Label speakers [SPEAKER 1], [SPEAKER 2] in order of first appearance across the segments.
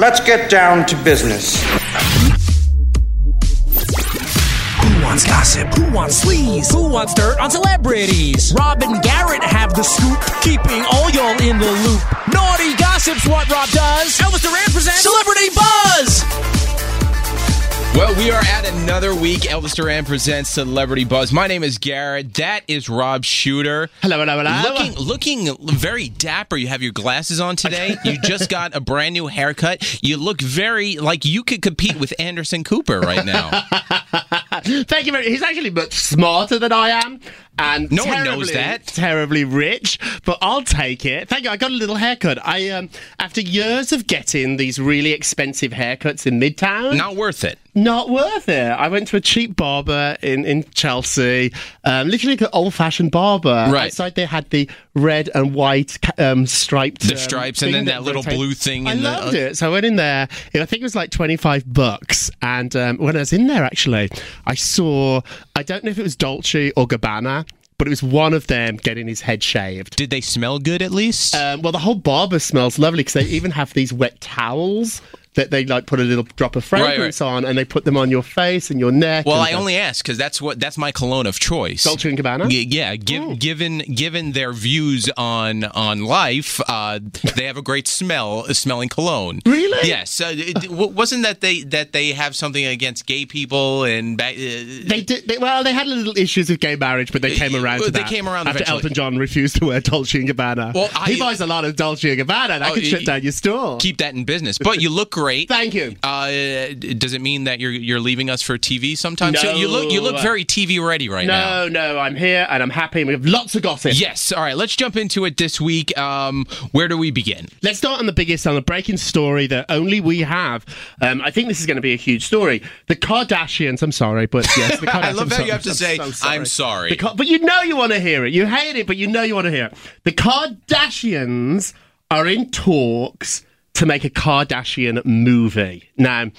[SPEAKER 1] Let's get down to business.
[SPEAKER 2] Who wants gossip? Who wants sleaze? Who wants dirt on celebrities? Rob and Garrett have the scoop, keeping all y'all in the loop. Naughty gossip's what Rob does. Elvis Duran presents Celebrity Buzz.
[SPEAKER 3] Well, we are at another week. Elvis Duran presents Celebrity Buzz. My name is Garrett. That is Rob Shooter.
[SPEAKER 4] Hello, hello, hello.
[SPEAKER 3] Looking, looking very dapper. You have your glasses on today. You just got a brand new haircut. You look very like you could compete with Anderson Cooper right now.
[SPEAKER 4] Thank you very He's actually much smarter than I am. And
[SPEAKER 3] No one
[SPEAKER 4] terribly,
[SPEAKER 3] knows that.
[SPEAKER 4] Terribly rich, but I'll take it. Thank you. I got a little haircut. I um, after years of getting these really expensive haircuts in Midtown,
[SPEAKER 3] Not worth it.
[SPEAKER 4] not worth it. I went to a cheap barber in in Chelsea, um, literally an old fashioned barber.
[SPEAKER 3] Right.
[SPEAKER 4] outside, they had the red and white ca- um, striped,
[SPEAKER 3] The
[SPEAKER 4] um,
[SPEAKER 3] stripes and
[SPEAKER 4] thing
[SPEAKER 3] then that little
[SPEAKER 4] rotates.
[SPEAKER 3] blue thing.
[SPEAKER 4] I
[SPEAKER 3] in
[SPEAKER 4] loved
[SPEAKER 3] the, uh,
[SPEAKER 4] it. So I went in there. and I think it was like twenty five bucks. And um, when I was in there, actually, I saw. I don't know if it was Dolce or Gabbana, but it was one of them getting his head shaved.
[SPEAKER 3] Did they smell good at least?
[SPEAKER 4] Um, well, the whole barber smells lovely because they even have these wet towels that they like put a little drop of
[SPEAKER 3] right.
[SPEAKER 4] fragrance on, and they put them on your face and your neck.
[SPEAKER 3] well,
[SPEAKER 4] and
[SPEAKER 3] I
[SPEAKER 4] stuff.
[SPEAKER 3] only ask because that's what that's my cologne of choice.
[SPEAKER 4] Dolce and Gabbana.
[SPEAKER 3] Y- yeah, give,
[SPEAKER 4] Oh.
[SPEAKER 3] given given their views on on life, uh, they have a great smell uh, smelling cologne.
[SPEAKER 4] Really?
[SPEAKER 3] Yes. Uh, it- w- wasn't that they that they have something against gay people and ba- uh,
[SPEAKER 4] They did. They, well, they had little issues with gay marriage, but they came around.
[SPEAKER 3] Well,
[SPEAKER 4] to
[SPEAKER 3] they
[SPEAKER 4] that
[SPEAKER 3] came around
[SPEAKER 4] after
[SPEAKER 3] eventually.
[SPEAKER 4] Elton John refused to wear Dolce and Gabbana.
[SPEAKER 3] Well, I-
[SPEAKER 4] he buys a lot of Dolce and Gabbana. That
[SPEAKER 3] Oh,
[SPEAKER 4] could
[SPEAKER 3] y-
[SPEAKER 4] shut down your store.
[SPEAKER 3] keep that in business? But you look great.
[SPEAKER 4] Thank you.
[SPEAKER 3] Uh, does it mean that you're you're leaving us for TV sometime? So you look you look
[SPEAKER 4] No.
[SPEAKER 3] very TV ready right now.
[SPEAKER 4] No, no, I'm here and I'm happy. and We have lots of gossip.
[SPEAKER 3] Yes. All right. Let's jump into it this week. Um, where do we begin?
[SPEAKER 4] Let's start on the biggest, on the breaking story that only we have. Um, I think this is going to be a huge story. The Kardashians. I'm sorry, but yes, the Kardashians.
[SPEAKER 3] I love
[SPEAKER 4] I'm
[SPEAKER 3] how
[SPEAKER 4] sorry.
[SPEAKER 3] you have to
[SPEAKER 4] I'm
[SPEAKER 3] say,
[SPEAKER 4] so
[SPEAKER 3] "I'm sorry."
[SPEAKER 4] The Ka- but you know you want to hear it. You hate it, but you know you want to hear it. The Kardashians are in talks to make a Kardashian movie. Now,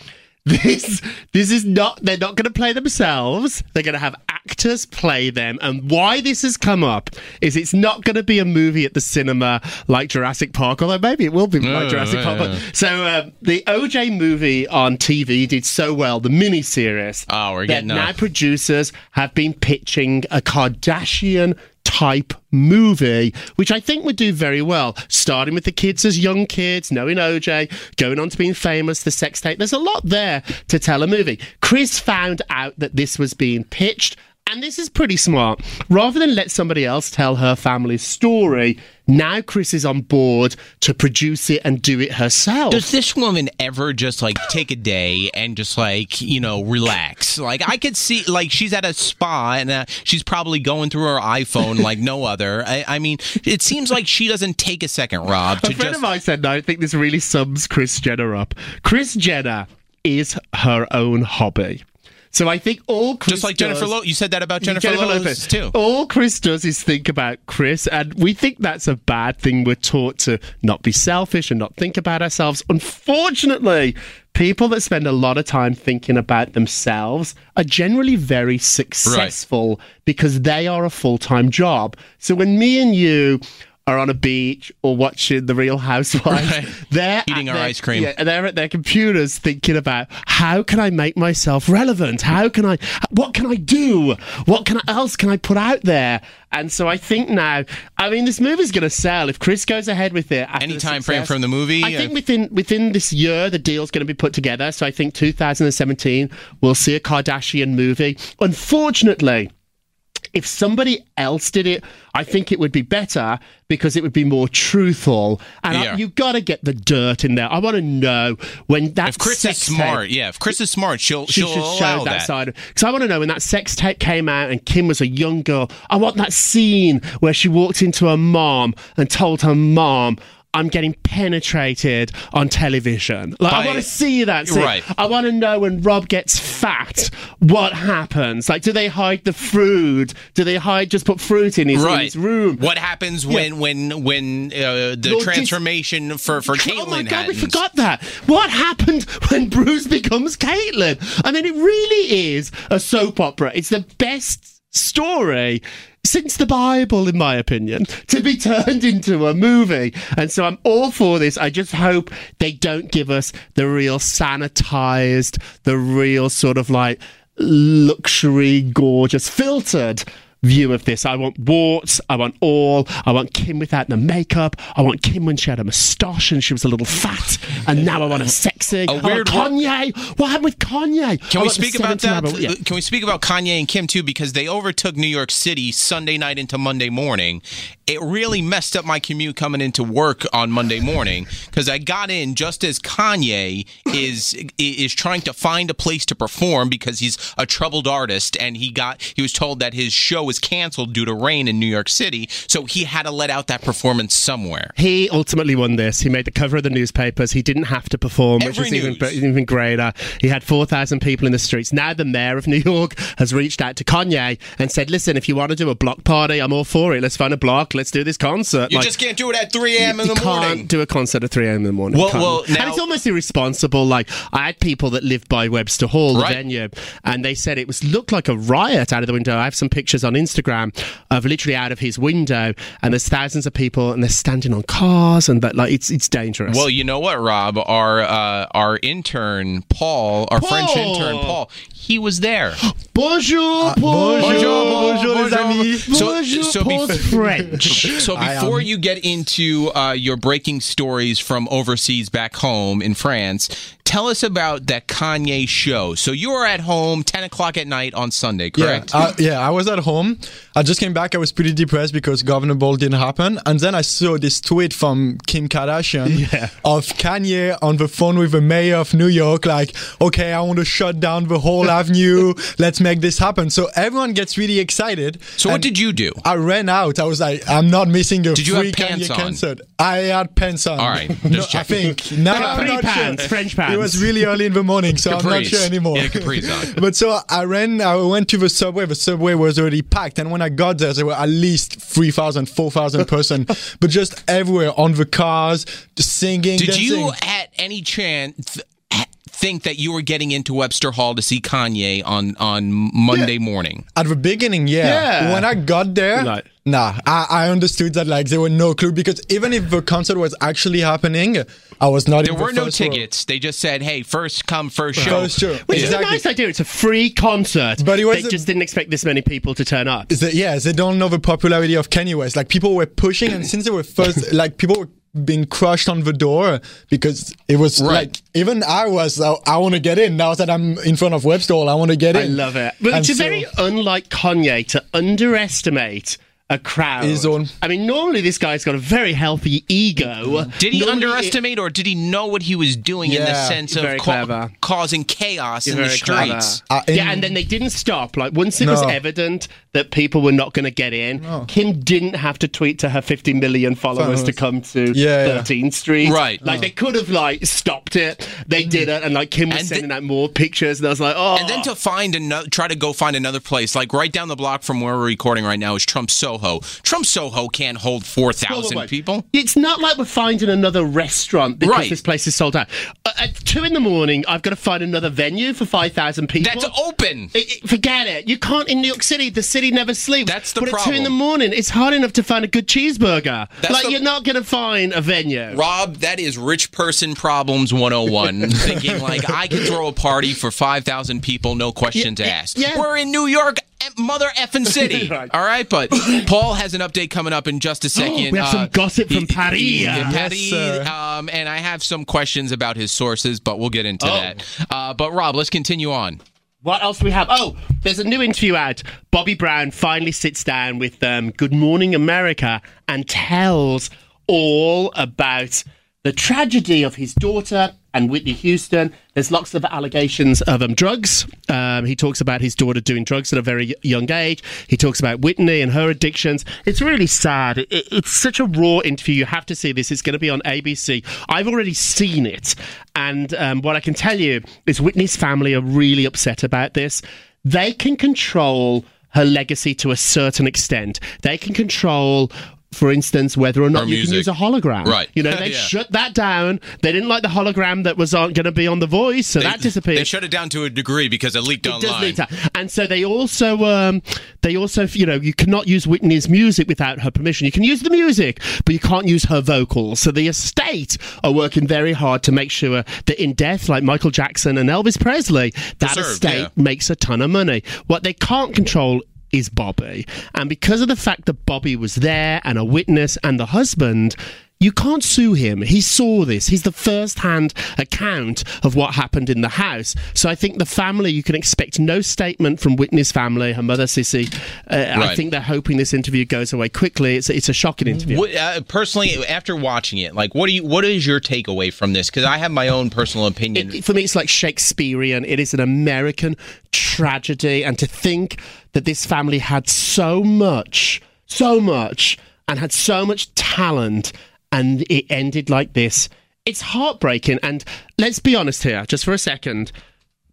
[SPEAKER 4] this this is not. They're not going to play themselves. They're going to have actors play them. And why this has come up is it's not going to be a movie at the cinema like Jurassic Park. Although maybe it will be
[SPEAKER 3] Oh,
[SPEAKER 4] like Jurassic Park. but- So um, the OJ movie on TV did so well. The miniseries.
[SPEAKER 3] Oh, we're
[SPEAKER 4] that
[SPEAKER 3] getting
[SPEAKER 4] now
[SPEAKER 3] off.
[SPEAKER 4] producers have been pitching a Kardashian type movie, which I think would do very well, starting with the kids as young kids, knowing OJ, going on to being famous, the sex tape. There's a lot there to tell a movie. Chris found out that this was being pitched. And this is pretty smart. Rather than let somebody else tell her family's story, now Chris is on board to produce it and do it herself.
[SPEAKER 3] Does this woman ever just like take a day and just like you know relax? Like I could see like she's at a spa and uh, she's probably going through her iPhone like no other. I, I mean, it seems like she doesn't take a second, Rob, to
[SPEAKER 4] A friend
[SPEAKER 3] just
[SPEAKER 4] of mine said, "No, I think this really sums Chris Jenner up. Chris Jenner is her own hobby." So I think all Chris
[SPEAKER 3] just like Jennifer
[SPEAKER 4] does-
[SPEAKER 3] Lopez. You said that about Jennifer, Lopez, too.
[SPEAKER 4] All Chris does is think about Chris, and we think that's a bad thing. We're taught to not be selfish and not think about ourselves. Unfortunately, people that spend a lot of time thinking about themselves are generally very successful because they are a full time job. So when me and you are on a beach or watching The Real Housewives,
[SPEAKER 3] Right.
[SPEAKER 4] they're
[SPEAKER 3] Eating
[SPEAKER 4] at
[SPEAKER 3] our
[SPEAKER 4] their-
[SPEAKER 3] ice cream.
[SPEAKER 4] yeah, and they're at their computers thinking about how can I make myself relevant? How can I? What can I do? What can I, else can I put out there? And so I think now, I mean, this movie's going to sell if Chris goes ahead with it. after
[SPEAKER 3] Any
[SPEAKER 4] the
[SPEAKER 3] time frame
[SPEAKER 4] success.
[SPEAKER 3] from the movie?
[SPEAKER 4] I think within within this year, the deal's going to be put together. So I think 2017 we'll see a Kardashian movie. Unfortunately if somebody else did it, I think it would be better because it would be more truthful. And I-
[SPEAKER 3] Yeah.
[SPEAKER 4] you've got to get the dirt in there. I want to know when that
[SPEAKER 3] if Chris is
[SPEAKER 4] sex tape-
[SPEAKER 3] smart, yeah, if Chris is smart, she'll
[SPEAKER 4] She
[SPEAKER 3] she'll
[SPEAKER 4] should
[SPEAKER 3] allow
[SPEAKER 4] show that,
[SPEAKER 3] that.
[SPEAKER 4] side. Because I want to know when that sex tape came out and Kim was a young girl. I want that scene where she walked into her mom and told her mom. I'm getting penetrated on television. Like
[SPEAKER 3] By-
[SPEAKER 4] I want to see that. scene.
[SPEAKER 3] Right.
[SPEAKER 4] I want to know when Rob gets fat, what happens? Like, do they hide the fruit? Do they hide just put fruit in his, in
[SPEAKER 3] Right.
[SPEAKER 4] his room?
[SPEAKER 3] What happens when when when uh, the
[SPEAKER 4] Lord, this-
[SPEAKER 3] transformation for for Caitlyn
[SPEAKER 4] Oh my god, we
[SPEAKER 3] happens?
[SPEAKER 4] forgot that. What happened when Bruce becomes Caitlyn? I mean, it really is a soap opera. It's the best story since the Bible, in my opinion, to be turned into a movie. And so I'm all for this. I just hope they don't give us the real sanitized, the real sort of like luxury, gorgeous, filtered view of this. I want warts. I want all. I want Kim without the makeup. I want Kim when she had a moustache and she was a little fat. And now I want her sexy. I want
[SPEAKER 3] weird one-
[SPEAKER 4] Kanye. What happened with Kanye?
[SPEAKER 3] Can
[SPEAKER 4] I
[SPEAKER 3] we
[SPEAKER 4] want the
[SPEAKER 3] speak about
[SPEAKER 4] 17
[SPEAKER 3] that?
[SPEAKER 4] -year-old- yeah.
[SPEAKER 3] Can we speak about Kanye and Kim too? Because they overtook New York City Sunday night into Monday morning. It really messed up my commute coming into work on Monday morning because I got in just as Kanye is i- is trying to find a place to perform because he's a troubled artist and he got he was told that his show was canceled due to rain in New York City, so he had to let out that performance somewhere.
[SPEAKER 4] He ultimately won this. He made the cover of the newspapers. He didn't have to perform, which
[SPEAKER 3] Every
[SPEAKER 4] is even,
[SPEAKER 3] news.
[SPEAKER 4] even greater. He had 4,000 people in the streets. Now the mayor of New York has reached out to Kanye and said, listen, if you want to do a block party, I'm all for it. Let's find a block. Let's do this concert.
[SPEAKER 3] You
[SPEAKER 4] Like,
[SPEAKER 3] just can't do it at 3 a.m. in
[SPEAKER 4] you
[SPEAKER 3] the
[SPEAKER 4] can't
[SPEAKER 3] morning.
[SPEAKER 4] do a concert at 3 a.m. in the morning.
[SPEAKER 3] Well-
[SPEAKER 4] Can't.
[SPEAKER 3] well, now-
[SPEAKER 4] and it's almost irresponsible. Like, I had people that lived by Webster Hall,
[SPEAKER 3] Right.
[SPEAKER 4] the venue, and they said it was looked like a riot out of the window. I have some pictures on Instagram of literally out of his window, and there's thousands of people, and they're standing on cars, and that, like, it's it's dangerous.
[SPEAKER 3] Well, you know what, Rob? Our uh, our intern Paul, our French
[SPEAKER 4] Paul!
[SPEAKER 3] intern Paul, he was there.
[SPEAKER 4] bonjour, Paul.
[SPEAKER 3] So,
[SPEAKER 4] Bonjour,
[SPEAKER 3] so,
[SPEAKER 4] Paul's
[SPEAKER 3] bef-
[SPEAKER 4] French.
[SPEAKER 3] so before you get into uh, your breaking stories from overseas back home in France, tell us about that Kanye show. So you were at home, ten o'clock at night on Sunday, correct?
[SPEAKER 5] Yeah, I, yeah, I was at home. I just came back. I was pretty depressed because Governor Ball didn't happen. And then I saw this tweet from Kim Kardashian of Kanye on the phone with the mayor of New York, like, okay, I want to shut down the whole avenue. Let's make this happen. So everyone gets really excited.
[SPEAKER 3] so what
[SPEAKER 5] And
[SPEAKER 3] did you do?
[SPEAKER 5] I ran out. I was like, I'm not missing a
[SPEAKER 3] Did you have
[SPEAKER 5] free
[SPEAKER 3] pants
[SPEAKER 5] Kanye
[SPEAKER 3] on?
[SPEAKER 5] concert. I had pants on.
[SPEAKER 3] All right, just
[SPEAKER 5] No, I
[SPEAKER 3] checking.
[SPEAKER 5] think. Now I'm
[SPEAKER 4] Capri
[SPEAKER 5] not
[SPEAKER 4] pants,
[SPEAKER 5] sure.
[SPEAKER 4] French pants.
[SPEAKER 5] It was really early in the morning, so I'm not
[SPEAKER 3] Capris.
[SPEAKER 5] sure anymore.
[SPEAKER 3] Yeah, capris on.
[SPEAKER 5] But so I ran, I went to the subway. The subway was already packed. And when I got there, there were at least 3,000, 4,000 person, but just everywhere on the cars, just singing.
[SPEAKER 3] Did
[SPEAKER 5] dancing.
[SPEAKER 3] you at any chance th- think that you were getting into Webster Hall to see Kanye on on Monday morning?
[SPEAKER 5] At the beginning, yeah.
[SPEAKER 4] Yeah.
[SPEAKER 5] When I got there,
[SPEAKER 4] Like-
[SPEAKER 5] nah, I, I understood that like there were no clue because even if the concert was actually happening, I was not
[SPEAKER 3] There
[SPEAKER 5] in the
[SPEAKER 3] were no
[SPEAKER 5] first row.
[SPEAKER 3] tickets. They just said, "Hey, first come, first show."
[SPEAKER 5] First show.
[SPEAKER 4] Which is a nice idea. It's a free concert.
[SPEAKER 5] But it was
[SPEAKER 4] they
[SPEAKER 5] a-
[SPEAKER 4] just didn't expect this many people to turn up.
[SPEAKER 5] Is that- yeah, they don't know the popularity of Kanye West. Like people were pushing, and since they were first, like people were being crushed on the door because it was
[SPEAKER 3] Right.
[SPEAKER 5] like even I was. I, I want to get in now that I'm in front of Webstall. I want to get in.
[SPEAKER 4] I love it. But
[SPEAKER 5] And
[SPEAKER 4] it's
[SPEAKER 5] so-
[SPEAKER 4] very unlike Kanye to underestimate a crowd.
[SPEAKER 5] His own-
[SPEAKER 4] I mean, normally this guy's got a very healthy ego.
[SPEAKER 3] Did he
[SPEAKER 4] Normally
[SPEAKER 3] underestimate, or did he know what he was doing in the
[SPEAKER 5] Yeah.
[SPEAKER 3] sense of
[SPEAKER 4] Very
[SPEAKER 3] ca-
[SPEAKER 4] clever.
[SPEAKER 3] causing chaos
[SPEAKER 4] it-
[SPEAKER 3] in the
[SPEAKER 4] very clever.
[SPEAKER 3] streets?
[SPEAKER 5] Uh,
[SPEAKER 4] yeah,
[SPEAKER 5] in-
[SPEAKER 4] and then they didn't stop. Like once it was
[SPEAKER 5] No.
[SPEAKER 4] evident that people were not going to get in, Kim didn't have to tweet to her 50 million followers to come to
[SPEAKER 5] Yeah, yeah.
[SPEAKER 4] 13th Street.
[SPEAKER 3] Right. Mm.
[SPEAKER 4] Like they could have like stopped it. They didn't, and like Kim was
[SPEAKER 3] And
[SPEAKER 4] sending
[SPEAKER 3] the-
[SPEAKER 4] out more pictures, and I was like, oh.
[SPEAKER 3] And then to find another, try to go find another place. Like right down the block from where we're recording right now is Trump Soho. Trump Soho can't hold four thousand
[SPEAKER 4] Wait, wait, wait.
[SPEAKER 3] people.
[SPEAKER 4] It's not like we're finding another restaurant because
[SPEAKER 3] Right.
[SPEAKER 4] this place is sold out. Uh, at two in the morning, I've got to find another venue for five thousand people.
[SPEAKER 3] That's open.
[SPEAKER 4] It- it- forget it. You can't in New York City. The city never sleeps.
[SPEAKER 3] That's the
[SPEAKER 4] but at two
[SPEAKER 3] problem.
[SPEAKER 4] in the morning, it's hard enough to find a good cheeseburger.
[SPEAKER 3] That's
[SPEAKER 4] like
[SPEAKER 3] the-
[SPEAKER 4] you're not going to find a venue.
[SPEAKER 3] Rob, that is rich person problems 101. thinking like I can throw a party for 5,000 people, no questions
[SPEAKER 4] Yeah, yeah,
[SPEAKER 3] asked.
[SPEAKER 4] yeah.
[SPEAKER 3] We're in New York, eh, mother effing city.
[SPEAKER 4] Right.
[SPEAKER 3] All right, but Paul has an update coming up in just a second. Uh,
[SPEAKER 4] We have some gossip from Paris.
[SPEAKER 3] yeah,
[SPEAKER 4] Yes,
[SPEAKER 3] Paris,
[SPEAKER 5] sir.
[SPEAKER 3] um, and I have some questions about his sources, but we'll get into
[SPEAKER 4] Oh.
[SPEAKER 3] that. Uh, but Rob, let's continue on.
[SPEAKER 4] What else do we have? Oh, there's a new interview ad. Bobby Brown finally sits down with um, Good Morning America and tells all about the tragedy of his daughter and Whitney Houston. There's lots of allegations of um, drugs. Um, he talks about his daughter doing drugs at a very young age. He talks about Whitney and her addictions. It's really sad. It- it's such a raw interview. You have to see this. It's going to be on ABC. I've already seen it. And um, what I can tell you is Whitney's family are really upset about this. They can control her legacy to a certain extent, they can control for instance, whether or not
[SPEAKER 6] Or
[SPEAKER 4] you
[SPEAKER 6] music.
[SPEAKER 4] can use a hologram.
[SPEAKER 6] Right.
[SPEAKER 4] You know, they
[SPEAKER 6] Yeah.
[SPEAKER 4] shut that down. They didn't like the hologram that was on, going to be on The Voice, so that disappeared.
[SPEAKER 6] They shut it down to a degree because it leaked
[SPEAKER 4] It
[SPEAKER 6] online.
[SPEAKER 4] does lead to, and so they also, um, they also, you know, you cannot use Whitney's music without her permission. You can use the music, but you can't use her vocals. So the estate are working very hard to make sure that in death, like Michael Jackson and Elvis Presley, that
[SPEAKER 6] Preserved,
[SPEAKER 4] estate
[SPEAKER 6] yeah.
[SPEAKER 4] makes a ton of money. What they can't control is Bobby, and because of the fact that Bobby was there and a witness and the husband. You can't sue him. He saw this. He's the first hand account of what happened in the house. So I think the family, you can expect no statement from Whitney's family, her mother, Sissy. Uh, I
[SPEAKER 6] Right.
[SPEAKER 4] think they're hoping this interview goes away quickly. It's, it's a shocking interview.
[SPEAKER 3] What, uh, personally, after watching it, like, what do you? What is your takeaway from this? Because I have my own personal opinion.
[SPEAKER 4] it, for me, it's like Shakespearean. It is an American tragedy, and to think that this family had so much, so much, and had so much talent, and it ended like this. It's heartbreaking. And let's be honest here, just for a second.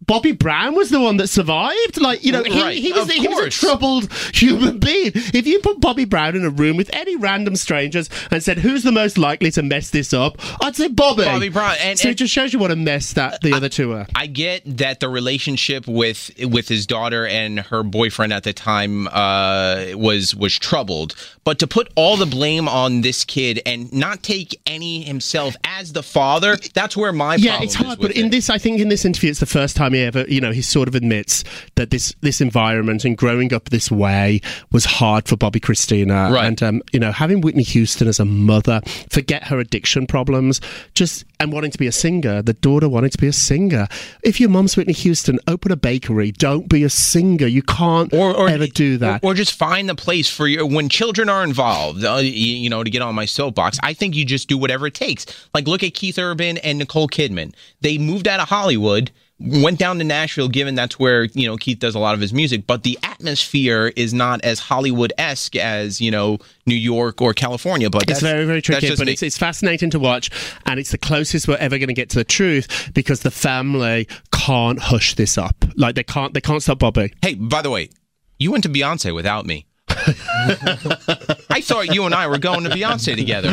[SPEAKER 4] Bobby Brown was the one that survived. Like, you know, he,
[SPEAKER 3] Right,
[SPEAKER 4] he, was,
[SPEAKER 3] of
[SPEAKER 4] he was a
[SPEAKER 3] course.
[SPEAKER 4] troubled human being. If you put Bobby Brown in a room with any random strangers and said, who's the most likely to mess this up? I'd say Bobby.
[SPEAKER 3] Bobby Brown, and-
[SPEAKER 4] so
[SPEAKER 3] and-
[SPEAKER 4] it just shows you what a mess that the other two are.
[SPEAKER 3] I get that the relationship with with his daughter and her boyfriend at the time uh, was was troubled, but to put all the blame on this kid and not take any himself as the father, that's where my
[SPEAKER 4] Yeah,
[SPEAKER 3] problem
[SPEAKER 4] it's
[SPEAKER 3] is
[SPEAKER 4] hard,
[SPEAKER 3] with
[SPEAKER 4] but in
[SPEAKER 3] it.
[SPEAKER 4] this, I think in this interview, it's the first time he ever, you know, he sort of admits that this this environment and growing up this way was hard for Bobby Christina,
[SPEAKER 3] Right.
[SPEAKER 4] and um, you know, having Whitney Houston as a mother, forget her addiction problems, just and wanting to be a singer. The daughter wanted to be a singer. If your mom's Whitney Houston, open a bakery. Don't be a singer. You can't ever do that.
[SPEAKER 3] or, or just find the place for your when children are involved. Uh, you, you know, to get on my soapbox, I think you just do whatever it takes. Like look at Keith Urban and Nicole Kidman. They moved out of Hollywood, went down to Nashville, given that's where you know Keith does a lot of his music. But the atmosphere is not as Hollywood esque as you know New York or California. But
[SPEAKER 4] It's
[SPEAKER 3] that's-
[SPEAKER 4] very, very
[SPEAKER 3] that's
[SPEAKER 4] tricky,
[SPEAKER 3] just
[SPEAKER 4] but
[SPEAKER 3] me.
[SPEAKER 4] it's, it's fascinating to watch, and it's the closest we're ever going to get to the truth because the family can't hush this up. Like they can't, they can't stop Bobby.
[SPEAKER 3] Hey, by the way, you went to Beyonce without me. I thought you and I were going to Beyonce together.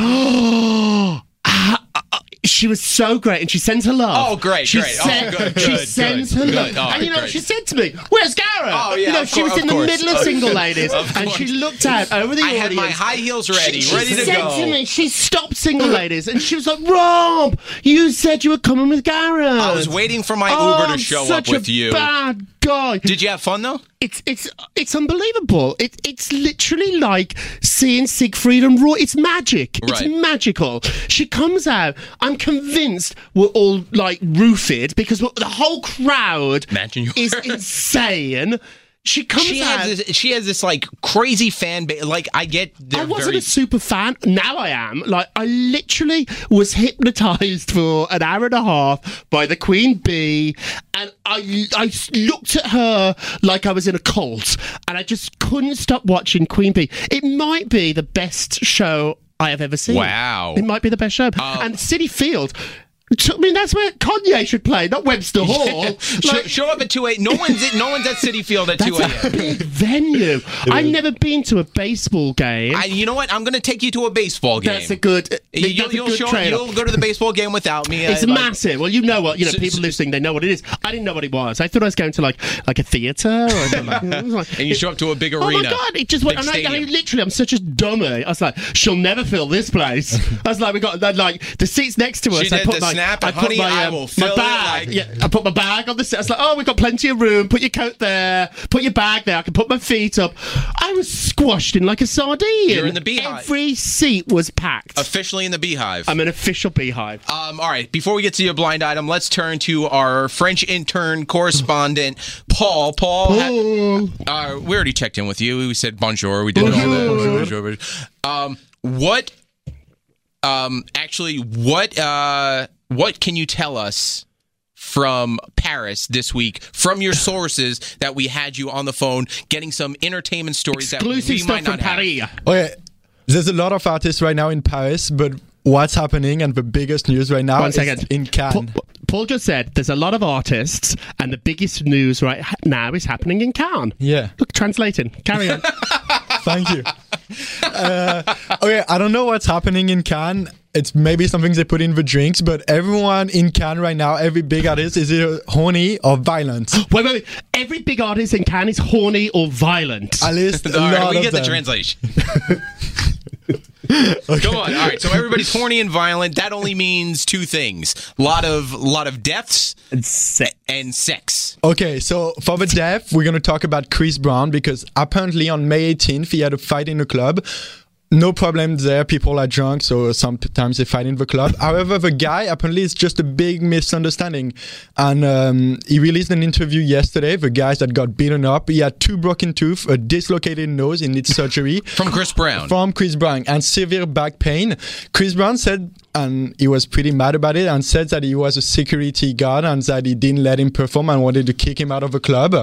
[SPEAKER 4] She was so great, and she sends her love.
[SPEAKER 3] Oh, great,
[SPEAKER 4] she
[SPEAKER 3] great. Oh,
[SPEAKER 4] sent-
[SPEAKER 3] good,
[SPEAKER 4] she
[SPEAKER 3] good,
[SPEAKER 4] sends
[SPEAKER 3] good,
[SPEAKER 4] her
[SPEAKER 3] good.
[SPEAKER 4] love,
[SPEAKER 3] Oh,
[SPEAKER 4] and you know
[SPEAKER 3] great.
[SPEAKER 4] what she said to me, "Where's Gareth?"
[SPEAKER 3] Oh, yeah,
[SPEAKER 4] you know
[SPEAKER 3] of
[SPEAKER 4] she was
[SPEAKER 3] cour-
[SPEAKER 4] in the
[SPEAKER 3] of course.
[SPEAKER 4] middle of
[SPEAKER 3] Of
[SPEAKER 4] Single
[SPEAKER 3] course.
[SPEAKER 4] Ladies,
[SPEAKER 3] Of
[SPEAKER 4] and she
[SPEAKER 3] course.
[SPEAKER 4] looked out over the
[SPEAKER 3] I
[SPEAKER 4] audience.
[SPEAKER 3] had my high heels ready,
[SPEAKER 4] she
[SPEAKER 3] ready to
[SPEAKER 4] said
[SPEAKER 3] go.
[SPEAKER 4] to me, she stopped Single Ladies, and she was like, "Rob, you said you were coming with Gareth."
[SPEAKER 3] I was waiting for my
[SPEAKER 4] Oh,
[SPEAKER 3] Uber
[SPEAKER 4] I'm
[SPEAKER 3] to show
[SPEAKER 4] such
[SPEAKER 3] up with
[SPEAKER 4] a
[SPEAKER 3] you.
[SPEAKER 4] Bad guy.
[SPEAKER 3] Did you have fun though?
[SPEAKER 4] It's it's it's unbelievable. It, it's literally like seeing Siegfried and Roy. It's magic.
[SPEAKER 3] Right.
[SPEAKER 4] It's magical. She comes out. I'm convinced we're all like roofied because we're, the whole crowd
[SPEAKER 3] Imagine you
[SPEAKER 4] is
[SPEAKER 3] were.
[SPEAKER 4] insane. She comes
[SPEAKER 3] She
[SPEAKER 4] out.
[SPEAKER 3] has this, she has this like crazy fan base. Like I get
[SPEAKER 4] I
[SPEAKER 3] they're
[SPEAKER 4] wasn't
[SPEAKER 3] very
[SPEAKER 4] a super fan. Now I am. Like I literally was hypnotized for an hour and a half by the Queen Bee, and I I looked at her like I was in a cult, and I just couldn't stop watching Queen Bee. It might be the best show I have ever seen.
[SPEAKER 3] Wow. Um,
[SPEAKER 4] It might be the best show. and City Field. I mean, that's where Kanye should play, not Webster Hall.
[SPEAKER 3] show,
[SPEAKER 4] Like-
[SPEAKER 3] show up at two eight. No one's at, no one's at City Field at two
[SPEAKER 4] that's a
[SPEAKER 3] a.m.
[SPEAKER 4] big venue. I've never been to a baseball game.
[SPEAKER 3] I- You know what? I'm going to take you to a baseball game.
[SPEAKER 4] That's a good.
[SPEAKER 3] You,
[SPEAKER 4] that's a
[SPEAKER 3] you'll,
[SPEAKER 4] good
[SPEAKER 3] show,
[SPEAKER 4] trade-off.
[SPEAKER 3] you'll go to the baseball game without me.
[SPEAKER 4] It's
[SPEAKER 3] I, like-
[SPEAKER 4] massive. Well, you know what? You know,
[SPEAKER 3] So-
[SPEAKER 4] people
[SPEAKER 3] so-
[SPEAKER 4] listening, they know what it is. I didn't know what it was. I thought I was going to like like a theater. Or something like,
[SPEAKER 3] and you show up to a big arena.
[SPEAKER 4] Oh my god! It just went.
[SPEAKER 3] Big
[SPEAKER 4] And I, and I
[SPEAKER 3] stadium.
[SPEAKER 4] literally, I'm such a dummy. I was like, she'll never fill this place. I was like, we got that, like the seats next to us.
[SPEAKER 3] She
[SPEAKER 4] I
[SPEAKER 3] did
[SPEAKER 4] put
[SPEAKER 3] the
[SPEAKER 4] my,
[SPEAKER 3] snap,
[SPEAKER 4] I
[SPEAKER 3] and
[SPEAKER 4] put
[SPEAKER 3] honey,
[SPEAKER 4] my,
[SPEAKER 3] I
[SPEAKER 4] um,
[SPEAKER 3] will
[SPEAKER 4] my
[SPEAKER 3] fill it
[SPEAKER 4] bag.
[SPEAKER 3] like-
[SPEAKER 4] yeah, I put my bag on the seat. I was like, oh, we've got plenty of room. Put your coat there. Put your bag there. I can put my feet up. I was squashed in like a sardine.
[SPEAKER 3] You're in the beehive.
[SPEAKER 4] Every seat was packed.
[SPEAKER 3] Officially in the beehive.
[SPEAKER 4] I'm an official beehive.
[SPEAKER 3] Um, all right, before we get to your blind item, let's turn to our French intern correspondent, Paul. Paul, ha- uh, we already checked in with you. We said bonjour. We did all that. Bonjour, bonjour, bonjour. Um, what? Um, actually, what? Uh, what can you tell us from Paris this week from your sources that we had you on the phone getting some entertainment stories that
[SPEAKER 4] Exclusive
[SPEAKER 3] we
[SPEAKER 4] stuff
[SPEAKER 3] might
[SPEAKER 4] from
[SPEAKER 3] not have?
[SPEAKER 4] Paris.
[SPEAKER 5] Okay, there's a lot of artists right now in Paris, but what's happening and the biggest news right now
[SPEAKER 4] One
[SPEAKER 5] is
[SPEAKER 4] second.
[SPEAKER 5] in Cannes.
[SPEAKER 4] Pa- Paul just said there's a lot of artists, and the biggest news right h- now is happening in Cannes.
[SPEAKER 5] Yeah.
[SPEAKER 4] Look, translating. Carry on.
[SPEAKER 5] Thank you. Uh, Okay, I don't know what's happening in Cannes. It's maybe something they put in the drinks, but everyone in Cannes right now, every big artist is either horny or violent.
[SPEAKER 4] Wait, wait, wait. Every big artist in Cannes is horny or violent.
[SPEAKER 5] At least a
[SPEAKER 6] All
[SPEAKER 5] lot
[SPEAKER 6] right, we
[SPEAKER 5] of
[SPEAKER 6] get the
[SPEAKER 5] them.
[SPEAKER 6] translation.
[SPEAKER 3] Come on. All right. So everybody's horny and violent. That only means two things: lot of lot of deaths
[SPEAKER 4] Sick.
[SPEAKER 3] and sex.
[SPEAKER 5] Okay, so for the deaf, we're going to talk about Chris Brown because apparently on May 18th, he had a fight in a club. No problem there. People are drunk, so sometimes they fight in the club. However, the guy apparently is just a big misunderstanding. And um, he released an interview yesterday. The guys that got beaten up, he had two broken teeth, a dislocated nose, he needs surgery.
[SPEAKER 3] From Chris Brown.
[SPEAKER 5] From Chris Brown and severe back pain. Chris Brown said, and he was pretty mad about it, and said that he was a security guard and that he didn't let him perform and wanted to kick him out of the club.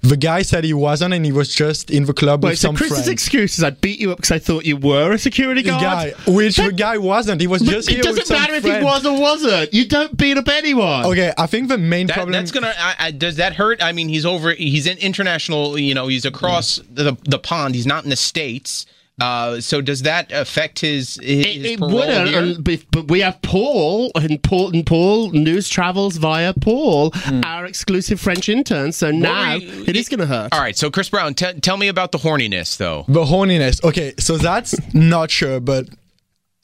[SPEAKER 5] The guy said he wasn't, and he was just in the club
[SPEAKER 4] Wait,
[SPEAKER 5] with
[SPEAKER 4] so
[SPEAKER 5] some
[SPEAKER 4] Chris's
[SPEAKER 5] friends.
[SPEAKER 4] excuse is I beat you up because I thought you were a security
[SPEAKER 5] The
[SPEAKER 4] guard.
[SPEAKER 5] guy, which the guy wasn't, he was
[SPEAKER 4] But
[SPEAKER 5] just here
[SPEAKER 4] it
[SPEAKER 5] with
[SPEAKER 4] doesn't
[SPEAKER 5] some
[SPEAKER 4] matter if
[SPEAKER 5] friends.
[SPEAKER 4] he was or wasn't. You don't beat up anyone.
[SPEAKER 5] Okay, I think the main
[SPEAKER 3] That,
[SPEAKER 5] problem.
[SPEAKER 3] that's gonna. I, I, does that hurt? I mean, he's over. He's in international. You know, he's across
[SPEAKER 4] Mm.
[SPEAKER 3] the the pond. He's not in the states. Uh, so does that affect his his,
[SPEAKER 4] It,
[SPEAKER 3] his
[SPEAKER 4] it
[SPEAKER 3] parole
[SPEAKER 4] wouldn't,
[SPEAKER 3] here?
[SPEAKER 4] uh, but- but we have Paul and Paul and Paul. News travels via Paul,
[SPEAKER 5] Hmm.
[SPEAKER 4] our exclusive French intern. So now
[SPEAKER 3] we-
[SPEAKER 4] it is going to hurt.
[SPEAKER 3] All right. So Chris Brown, t- tell me about the horniness, though.
[SPEAKER 5] the horniness. Okay, so that's not sure, but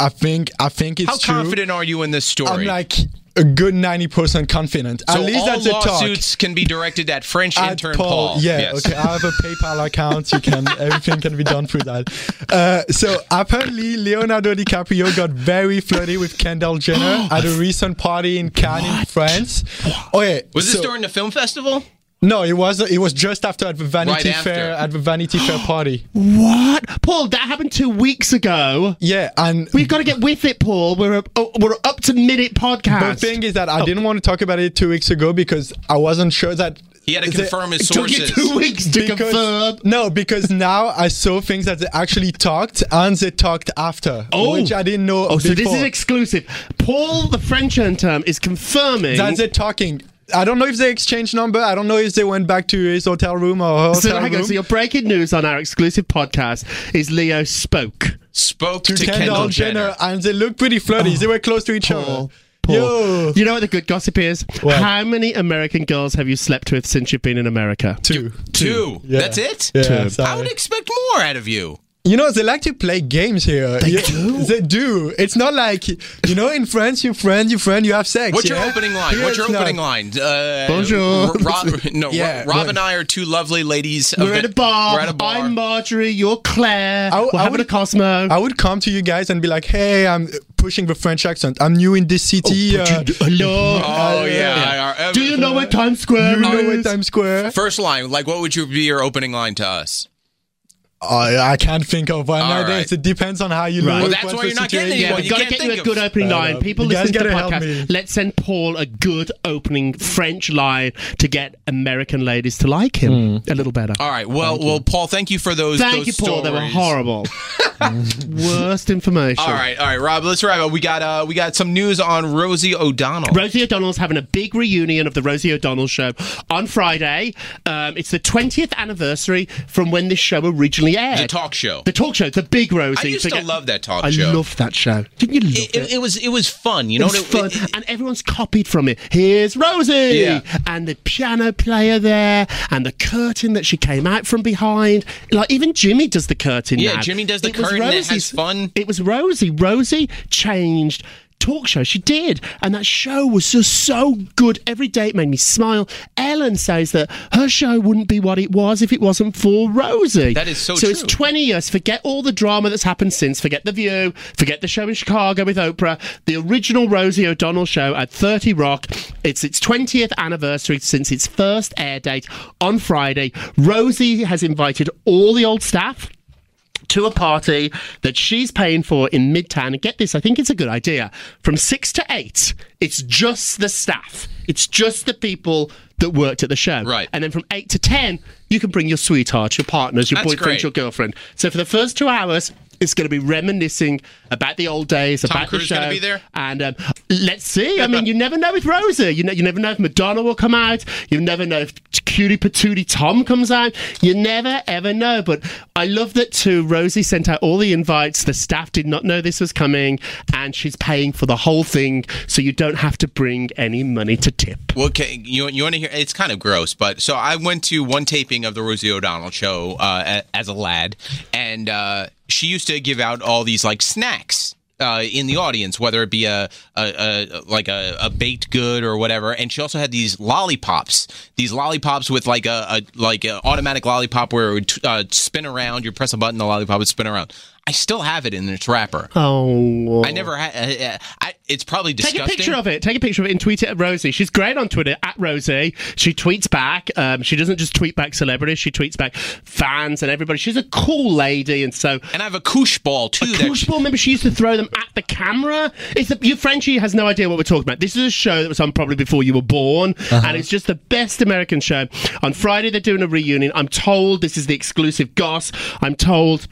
[SPEAKER 5] I think I think it's
[SPEAKER 3] How
[SPEAKER 5] true.
[SPEAKER 3] confident are you in this story?
[SPEAKER 5] I'm like a good ninety percent confident.
[SPEAKER 3] so
[SPEAKER 5] At least
[SPEAKER 3] all
[SPEAKER 5] that's a talk.
[SPEAKER 3] lawsuits can be directed at French
[SPEAKER 5] At
[SPEAKER 3] intern Paul.
[SPEAKER 5] Yeah,
[SPEAKER 3] Yes.
[SPEAKER 5] okay. I have a PayPal account. You can everything can be done through that. Uh, so apparently Leonardo DiCaprio got very flirty with Kendall Jenner at a recent party in Cannes, in France. Okay,
[SPEAKER 3] Was this
[SPEAKER 5] so-
[SPEAKER 3] during the film festival?
[SPEAKER 5] No, it was it was just after at the Vanity
[SPEAKER 3] Right after.
[SPEAKER 5] Fair at the Vanity Fair party.
[SPEAKER 4] What, Paul? That happened two weeks ago.
[SPEAKER 5] Yeah, and
[SPEAKER 4] We've got to get with it, Paul. We're a, oh, we're a up to minute
[SPEAKER 5] the
[SPEAKER 4] podcast.
[SPEAKER 5] thing is that
[SPEAKER 3] Oh.
[SPEAKER 5] I didn't want to talk about it two weeks ago because I wasn't sure that
[SPEAKER 3] He had to
[SPEAKER 5] the-
[SPEAKER 3] confirm his
[SPEAKER 4] it took you
[SPEAKER 3] sources.
[SPEAKER 4] two weeks to confirm.
[SPEAKER 5] No, because now I saw things that they actually talked and they talked after,
[SPEAKER 4] Oh.
[SPEAKER 5] which I didn't know.
[SPEAKER 4] Oh, so this
[SPEAKER 5] before.
[SPEAKER 4] is exclusive. Paul, the French intern, is confirming.
[SPEAKER 5] that they're talking. I don't know if they exchanged number. I don't know if they went back to his hotel room or her hotel
[SPEAKER 4] so, hang
[SPEAKER 5] room.
[SPEAKER 4] on, so your breaking news on our exclusive podcast is Leo spoke.
[SPEAKER 3] Spoke to, Kendall, Jenner.
[SPEAKER 5] and they looked pretty flirty. they were close to each
[SPEAKER 4] Paul.
[SPEAKER 5] other.
[SPEAKER 4] Paul.
[SPEAKER 5] Yo,
[SPEAKER 4] You know what the good gossip is?
[SPEAKER 5] What?
[SPEAKER 4] How many American girls have you slept with since you've been in America?
[SPEAKER 5] two.
[SPEAKER 3] Two.
[SPEAKER 5] Yeah.
[SPEAKER 3] That's it.
[SPEAKER 5] Yeah,
[SPEAKER 3] I
[SPEAKER 5] sorry.
[SPEAKER 3] would expect more out of you.
[SPEAKER 5] You know, they like to play games here. They do. They do. It's not like you know, in France, you friend, you friend, you have sex.
[SPEAKER 3] What's
[SPEAKER 5] yeah?
[SPEAKER 3] your opening line?
[SPEAKER 5] Here
[SPEAKER 3] What's your
[SPEAKER 5] it's not.
[SPEAKER 3] opening line? Uh,
[SPEAKER 4] Bonjour.
[SPEAKER 3] R- Rob, no,
[SPEAKER 5] Yeah,
[SPEAKER 3] Ro- Rob
[SPEAKER 5] right.
[SPEAKER 3] and I are two lovely ladies. of
[SPEAKER 4] We're
[SPEAKER 3] the-
[SPEAKER 4] at a bar.
[SPEAKER 3] We're at a bar.
[SPEAKER 4] I'm Marjorie. You're Claire.
[SPEAKER 5] I w-
[SPEAKER 4] We're
[SPEAKER 5] I
[SPEAKER 4] having
[SPEAKER 5] would-
[SPEAKER 4] a Cosmo.
[SPEAKER 5] I would come to you guys and be like, "Hey, I'm pushing the French accent. I'm new in this
[SPEAKER 4] Oh,
[SPEAKER 5] city.
[SPEAKER 4] But
[SPEAKER 5] uh,
[SPEAKER 4] you do- hello.
[SPEAKER 3] oh yeah. I- I-
[SPEAKER 4] do you know where Times Square
[SPEAKER 5] you know
[SPEAKER 4] is?
[SPEAKER 5] where Times Square?
[SPEAKER 3] First line, like, what would you be your opening line to us?
[SPEAKER 5] I, I can't think of one
[SPEAKER 3] All
[SPEAKER 5] nowadays.
[SPEAKER 3] right.
[SPEAKER 5] It depends on how you look.
[SPEAKER 3] Well, that's
[SPEAKER 5] what's
[SPEAKER 3] why
[SPEAKER 5] the
[SPEAKER 3] you're not getting
[SPEAKER 5] situation.
[SPEAKER 4] Yeah,
[SPEAKER 3] Well,
[SPEAKER 4] we've
[SPEAKER 3] you
[SPEAKER 4] got to
[SPEAKER 3] can't
[SPEAKER 4] get you
[SPEAKER 3] think
[SPEAKER 4] a
[SPEAKER 3] of-
[SPEAKER 4] good opening
[SPEAKER 5] Fair
[SPEAKER 4] line.
[SPEAKER 5] enough.
[SPEAKER 4] People
[SPEAKER 5] Uh, You guys
[SPEAKER 4] listen to
[SPEAKER 5] gotta help me.
[SPEAKER 4] podcasts. Let's send Paul a good opening French line to get American ladies to like him
[SPEAKER 5] Hmm.
[SPEAKER 4] a little better.
[SPEAKER 3] All right. Well, well, Paul, thank you for those.
[SPEAKER 4] Thank
[SPEAKER 3] those
[SPEAKER 4] you, Paul. They were
[SPEAKER 3] stories.
[SPEAKER 4] horrible. Worst information.
[SPEAKER 3] All right, all right, Rob. Let's wrap up. We got uh, we got some news on Rosie O'Donnell.
[SPEAKER 4] Rosie O'Donnell's having a big reunion of the Rosie O'Donnell show on Friday. Um, it's the 20th anniversary from when this show originally aired.
[SPEAKER 3] the talk show.
[SPEAKER 4] The talk show, the big Rosie.
[SPEAKER 3] I used to
[SPEAKER 4] Forget-
[SPEAKER 3] love that talk
[SPEAKER 4] I
[SPEAKER 3] show.
[SPEAKER 4] loved that show. Didn't you love
[SPEAKER 3] it, it, it was it was fun. You know
[SPEAKER 4] It's
[SPEAKER 3] what it-
[SPEAKER 4] fun, and everyone's copied from it. Here's Rosie,
[SPEAKER 3] Yeah.
[SPEAKER 4] and the piano player there, and the curtain that she came out from behind. Like even Jimmy does the curtain.
[SPEAKER 3] Yeah,
[SPEAKER 4] now.
[SPEAKER 3] Jimmy does the curtain, it has fun.
[SPEAKER 4] It was Rosie. Rosie changed talk show. She did, and that show was just so good. Every day it made me smile. Ellen says that her show wouldn't be what it was if it wasn't for Rosie.
[SPEAKER 3] That is so
[SPEAKER 4] So it's
[SPEAKER 3] true.
[SPEAKER 4] 20 years. Forget all the drama that's happened since. Forget The View. Forget the show in Chicago with Oprah. The original Rosie O'Donnell show at 30 Rock. It's its 20th anniversary since its first air date on Friday. Rosie has invited all the old staff to a party that she's paying for in Midtown. And get this, I think it's a good idea. From six to eight, it's just the staff, it's just the people that worked at the show.
[SPEAKER 3] Right.
[SPEAKER 4] And then from eight to 10, you can bring your sweethearts, your partners, your
[SPEAKER 3] That's
[SPEAKER 4] boyfriend,
[SPEAKER 3] great.
[SPEAKER 4] your girlfriend. So for the first two hours, it's going to be reminiscing about the old days, about
[SPEAKER 3] Cruise
[SPEAKER 4] the show.
[SPEAKER 3] gonna be there?
[SPEAKER 4] And um, let's see. I mean, you never know with Rosie. You know, you never know if Madonna will come out. You never know if Cutie Patootie Tom comes out. You never ever know. But I love that too. Rosie sent out all the invites. The staff did not know this was coming, and she's paying for the whole thing, so you don't have to bring any money to tip.
[SPEAKER 3] Well, can, you you want to hear? It's kind of gross, but so I went to one taping of the Rosie O'Donnell show uh, a- as a lad, and uh, she used to give out all these like snacks. Uh, in the audience, whether it be a, a, a like a, a baked good or whatever, and she also had these lollipops, these lollipops with like a, a like an automatic lollipop where it would uh, spin around. You press a button, the lollipop would spin around. I still have it in its wrapper.
[SPEAKER 4] Oh,
[SPEAKER 3] I never had. I, I, it's probably
[SPEAKER 4] Take
[SPEAKER 3] disgusting.
[SPEAKER 4] a picture of it. Take a picture of it and tweet it at Rosie. She's great on Twitter at Rosie. She tweets back. Um, she doesn't just tweet back celebrities. She tweets back fans and everybody. She's a cool lady, and so
[SPEAKER 3] And I have a koosh ball too. that-
[SPEAKER 4] Coach Ball, remember she used to throw them at the camera? It's the, your Frenchie has no idea what we're talking about. This is a show that was on probably before you were born,
[SPEAKER 3] Uh-huh.
[SPEAKER 4] and it's just the best American show. On Friday, they're doing a reunion. I'm told this is the exclusive goss. I'm told.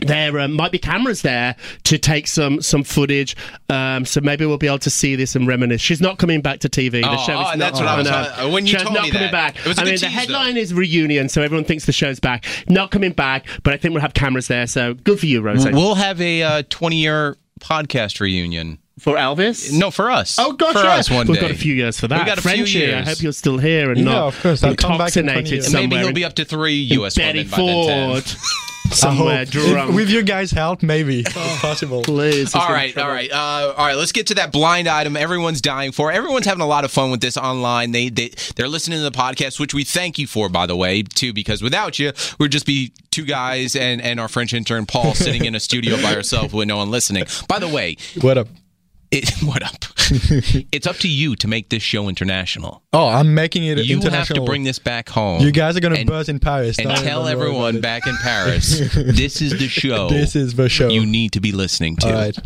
[SPEAKER 4] There um, might be cameras there to take some some footage, um, so maybe we'll be able to see this and reminisce. She's not coming back to TV. the
[SPEAKER 3] Oh,
[SPEAKER 4] show
[SPEAKER 3] oh,
[SPEAKER 4] is
[SPEAKER 3] and
[SPEAKER 4] not
[SPEAKER 3] that's what I was
[SPEAKER 4] no.
[SPEAKER 3] talking- when you
[SPEAKER 4] Show's
[SPEAKER 3] told
[SPEAKER 4] not
[SPEAKER 3] me
[SPEAKER 4] coming
[SPEAKER 3] that.
[SPEAKER 4] back.
[SPEAKER 3] It was a
[SPEAKER 4] I
[SPEAKER 3] good
[SPEAKER 4] mean,
[SPEAKER 3] tease,
[SPEAKER 4] the
[SPEAKER 3] though.
[SPEAKER 4] headline is reunion, so everyone thinks the show's back. Not coming back, but I think we'll have cameras there. So good for you, Rosie.
[SPEAKER 3] We'll have a 20 year podcast reunion.
[SPEAKER 4] For Elvis?
[SPEAKER 3] No, for us.
[SPEAKER 4] Oh gosh,
[SPEAKER 3] for
[SPEAKER 4] yeah.
[SPEAKER 3] us one
[SPEAKER 4] We've
[SPEAKER 3] day.
[SPEAKER 4] got a few years for that.
[SPEAKER 3] We got a few
[SPEAKER 4] Frenchie, I
[SPEAKER 3] years.
[SPEAKER 4] hope you're still here and
[SPEAKER 5] Yeah,
[SPEAKER 4] not
[SPEAKER 5] of course, I'll come back in 20
[SPEAKER 4] intoxinated
[SPEAKER 5] years.
[SPEAKER 4] somewhere.
[SPEAKER 3] Maybe he'll
[SPEAKER 4] in
[SPEAKER 3] be up to three U.S.
[SPEAKER 4] Betty
[SPEAKER 3] women by then,
[SPEAKER 4] Ford.
[SPEAKER 3] Ted.
[SPEAKER 5] I hope.
[SPEAKER 4] somewhere drunk.
[SPEAKER 5] If- with your guys' help, maybe
[SPEAKER 4] Oh.
[SPEAKER 5] if possible.
[SPEAKER 4] Liz is
[SPEAKER 3] All
[SPEAKER 4] in
[SPEAKER 3] right, all
[SPEAKER 4] trouble.
[SPEAKER 3] right, uh, all right. Let's get to that blind item. Everyone's dying for. Everyone's having a lot of fun with this online. They they they're listening to the podcast, which we thank you for, by the way, too. Because without you, we'd just be two guys and and our French intern Paul sitting in a studio by ourselves with no one listening. By the way,
[SPEAKER 5] What up?
[SPEAKER 3] it, what up? it's up to you to make this show international.
[SPEAKER 5] Oh, I'm making it
[SPEAKER 3] You have
[SPEAKER 5] international.
[SPEAKER 3] to bring this back home.
[SPEAKER 5] You guys are gonna
[SPEAKER 3] and-
[SPEAKER 5] buzz in Paris.
[SPEAKER 3] and
[SPEAKER 5] Don't
[SPEAKER 3] tell
[SPEAKER 5] even worry about
[SPEAKER 3] everyone
[SPEAKER 5] it.
[SPEAKER 3] back in Paris this is the show.
[SPEAKER 5] This is the show.
[SPEAKER 3] you need to be listening to.
[SPEAKER 5] All right.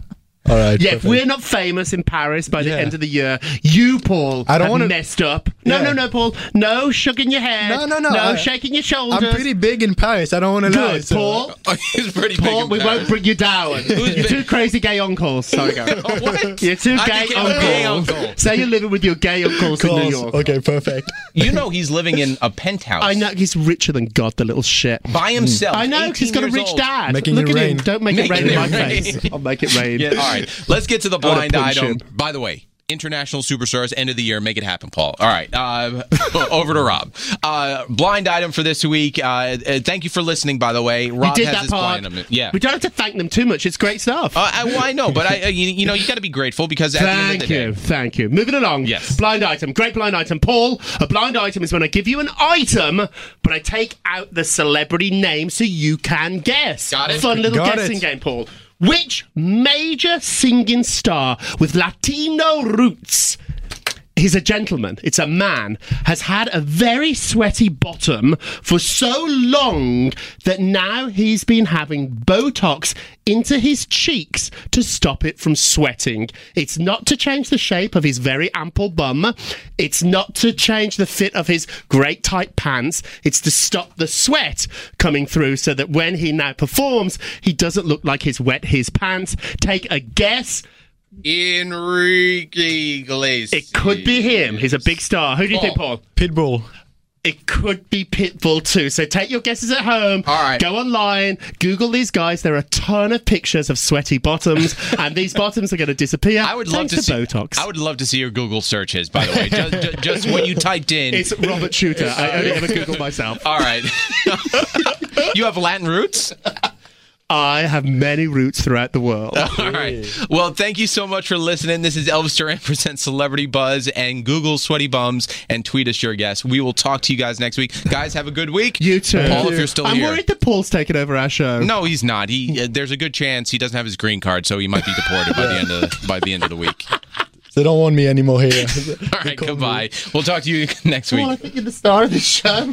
[SPEAKER 5] All right.
[SPEAKER 4] Yeah, if
[SPEAKER 5] perfect.
[SPEAKER 4] we're not famous in Paris by the
[SPEAKER 5] Yeah.
[SPEAKER 4] end of the year, you, Paul,
[SPEAKER 5] I don't
[SPEAKER 4] have
[SPEAKER 5] wanna-
[SPEAKER 4] messed up. No,
[SPEAKER 5] Yeah.
[SPEAKER 4] no, no, Paul. No shaking your head.
[SPEAKER 5] No, no, no,
[SPEAKER 4] No
[SPEAKER 5] I-
[SPEAKER 4] shaking your shoulders.
[SPEAKER 5] I'm pretty big in Paris. I don't want to lie.
[SPEAKER 4] good,
[SPEAKER 5] so-
[SPEAKER 4] Paul.
[SPEAKER 3] it's pretty big
[SPEAKER 4] Paul,
[SPEAKER 3] in
[SPEAKER 4] we
[SPEAKER 3] Paris.
[SPEAKER 4] won't bring you down. You're two crazy gay uncles. Sorry, go.
[SPEAKER 3] Oh, what?
[SPEAKER 4] You're two
[SPEAKER 3] I
[SPEAKER 4] gay
[SPEAKER 3] became a
[SPEAKER 4] uncles.
[SPEAKER 3] gay uncle.
[SPEAKER 4] Say you're living with your gay uncles in New
[SPEAKER 5] Calls.
[SPEAKER 4] York.
[SPEAKER 5] Okay, perfect.
[SPEAKER 3] You know he's living in a penthouse.
[SPEAKER 4] I know he's richer than God, the little shit.
[SPEAKER 3] By himself.
[SPEAKER 4] I know
[SPEAKER 3] 18
[SPEAKER 4] he's got a
[SPEAKER 3] years
[SPEAKER 4] rich
[SPEAKER 3] old.
[SPEAKER 4] dad.
[SPEAKER 5] Making
[SPEAKER 4] Look
[SPEAKER 5] it
[SPEAKER 4] at him.
[SPEAKER 5] rain.
[SPEAKER 4] Don't make it
[SPEAKER 3] Making
[SPEAKER 4] rain in
[SPEAKER 3] it
[SPEAKER 4] my
[SPEAKER 3] rain.
[SPEAKER 4] face. I'll make it rain.
[SPEAKER 3] Yeah, all right. Let's get to the blind
[SPEAKER 4] punch
[SPEAKER 3] item.
[SPEAKER 4] him.
[SPEAKER 3] By the way, international superstars, end of the year, make it happen, Paul. All right. Uh, over to Rob. Uh, blind item for this week. Uh, uh, thank you for listening, by the way.
[SPEAKER 4] You
[SPEAKER 3] Rob
[SPEAKER 4] did
[SPEAKER 3] has
[SPEAKER 4] that
[SPEAKER 3] his
[SPEAKER 4] part.
[SPEAKER 3] blind item. Yeah.
[SPEAKER 4] We don't have to thank them too much. It's great stuff.
[SPEAKER 3] Uh, I, well, I know, but I, uh, you, you know, you got to be grateful because at the end
[SPEAKER 4] Thank
[SPEAKER 3] of the
[SPEAKER 4] you,
[SPEAKER 3] day,
[SPEAKER 4] thank you. Moving along.
[SPEAKER 3] Yes.
[SPEAKER 4] Blind item. Great blind item. Paul, a blind item is when I give you an item, but I take out the celebrity name so you can guess.
[SPEAKER 3] Got it.
[SPEAKER 4] Fun little
[SPEAKER 5] Got
[SPEAKER 4] guessing
[SPEAKER 5] it.
[SPEAKER 4] game, Paul. Which major singing star with Latino roots he's a gentleman, it's a man, has had a very sweaty bottom for so long that now he's been having Botox into his cheeks to stop it from sweating. It's not to change the shape of his very ample bum, it's not to change the fit of his great tight pants, it's to stop the sweat coming through so that when he now performs, he doesn't look like he's wet his pants. Take a guess.
[SPEAKER 3] Enrique Iglesias.
[SPEAKER 4] It could be him. He's a big star. Who do you think, Paul?
[SPEAKER 5] Pitbull.
[SPEAKER 4] It could be Pitbull too. So take your guesses at home.
[SPEAKER 3] All right.
[SPEAKER 4] Go online, Google these guys. There are a ton of pictures of sweaty bottoms, and these bottoms are going to disappear.
[SPEAKER 3] I would love
[SPEAKER 4] thanks
[SPEAKER 3] to, see.
[SPEAKER 4] Botox.
[SPEAKER 3] I would love to see your Google searches. By the way, just, ju- just when you typed in,
[SPEAKER 4] it's Robert Shooter. I only ever Google myself.
[SPEAKER 3] all right. you have Latin roots.
[SPEAKER 4] I have many roots throughout the world.
[SPEAKER 3] All right. Well, thank you so much for listening. This is Elvis Duran presents Celebrity Buzz and Google Sweaty Bums and tweet us your guess. We will talk to you guys next week. Guys, have a good week.
[SPEAKER 4] You too.
[SPEAKER 3] Paul, if you're still
[SPEAKER 4] I'm
[SPEAKER 3] here.
[SPEAKER 4] worried that Paul's taken over our show.
[SPEAKER 3] No, he's not. He uh, there's a good chance he doesn't have his green card, so he might be deported by the end of by the end of the week.
[SPEAKER 5] They don't want me anymore here.
[SPEAKER 3] All right, goodbye. We'll talk to you next week.
[SPEAKER 4] Paul, I think you're the star of the show.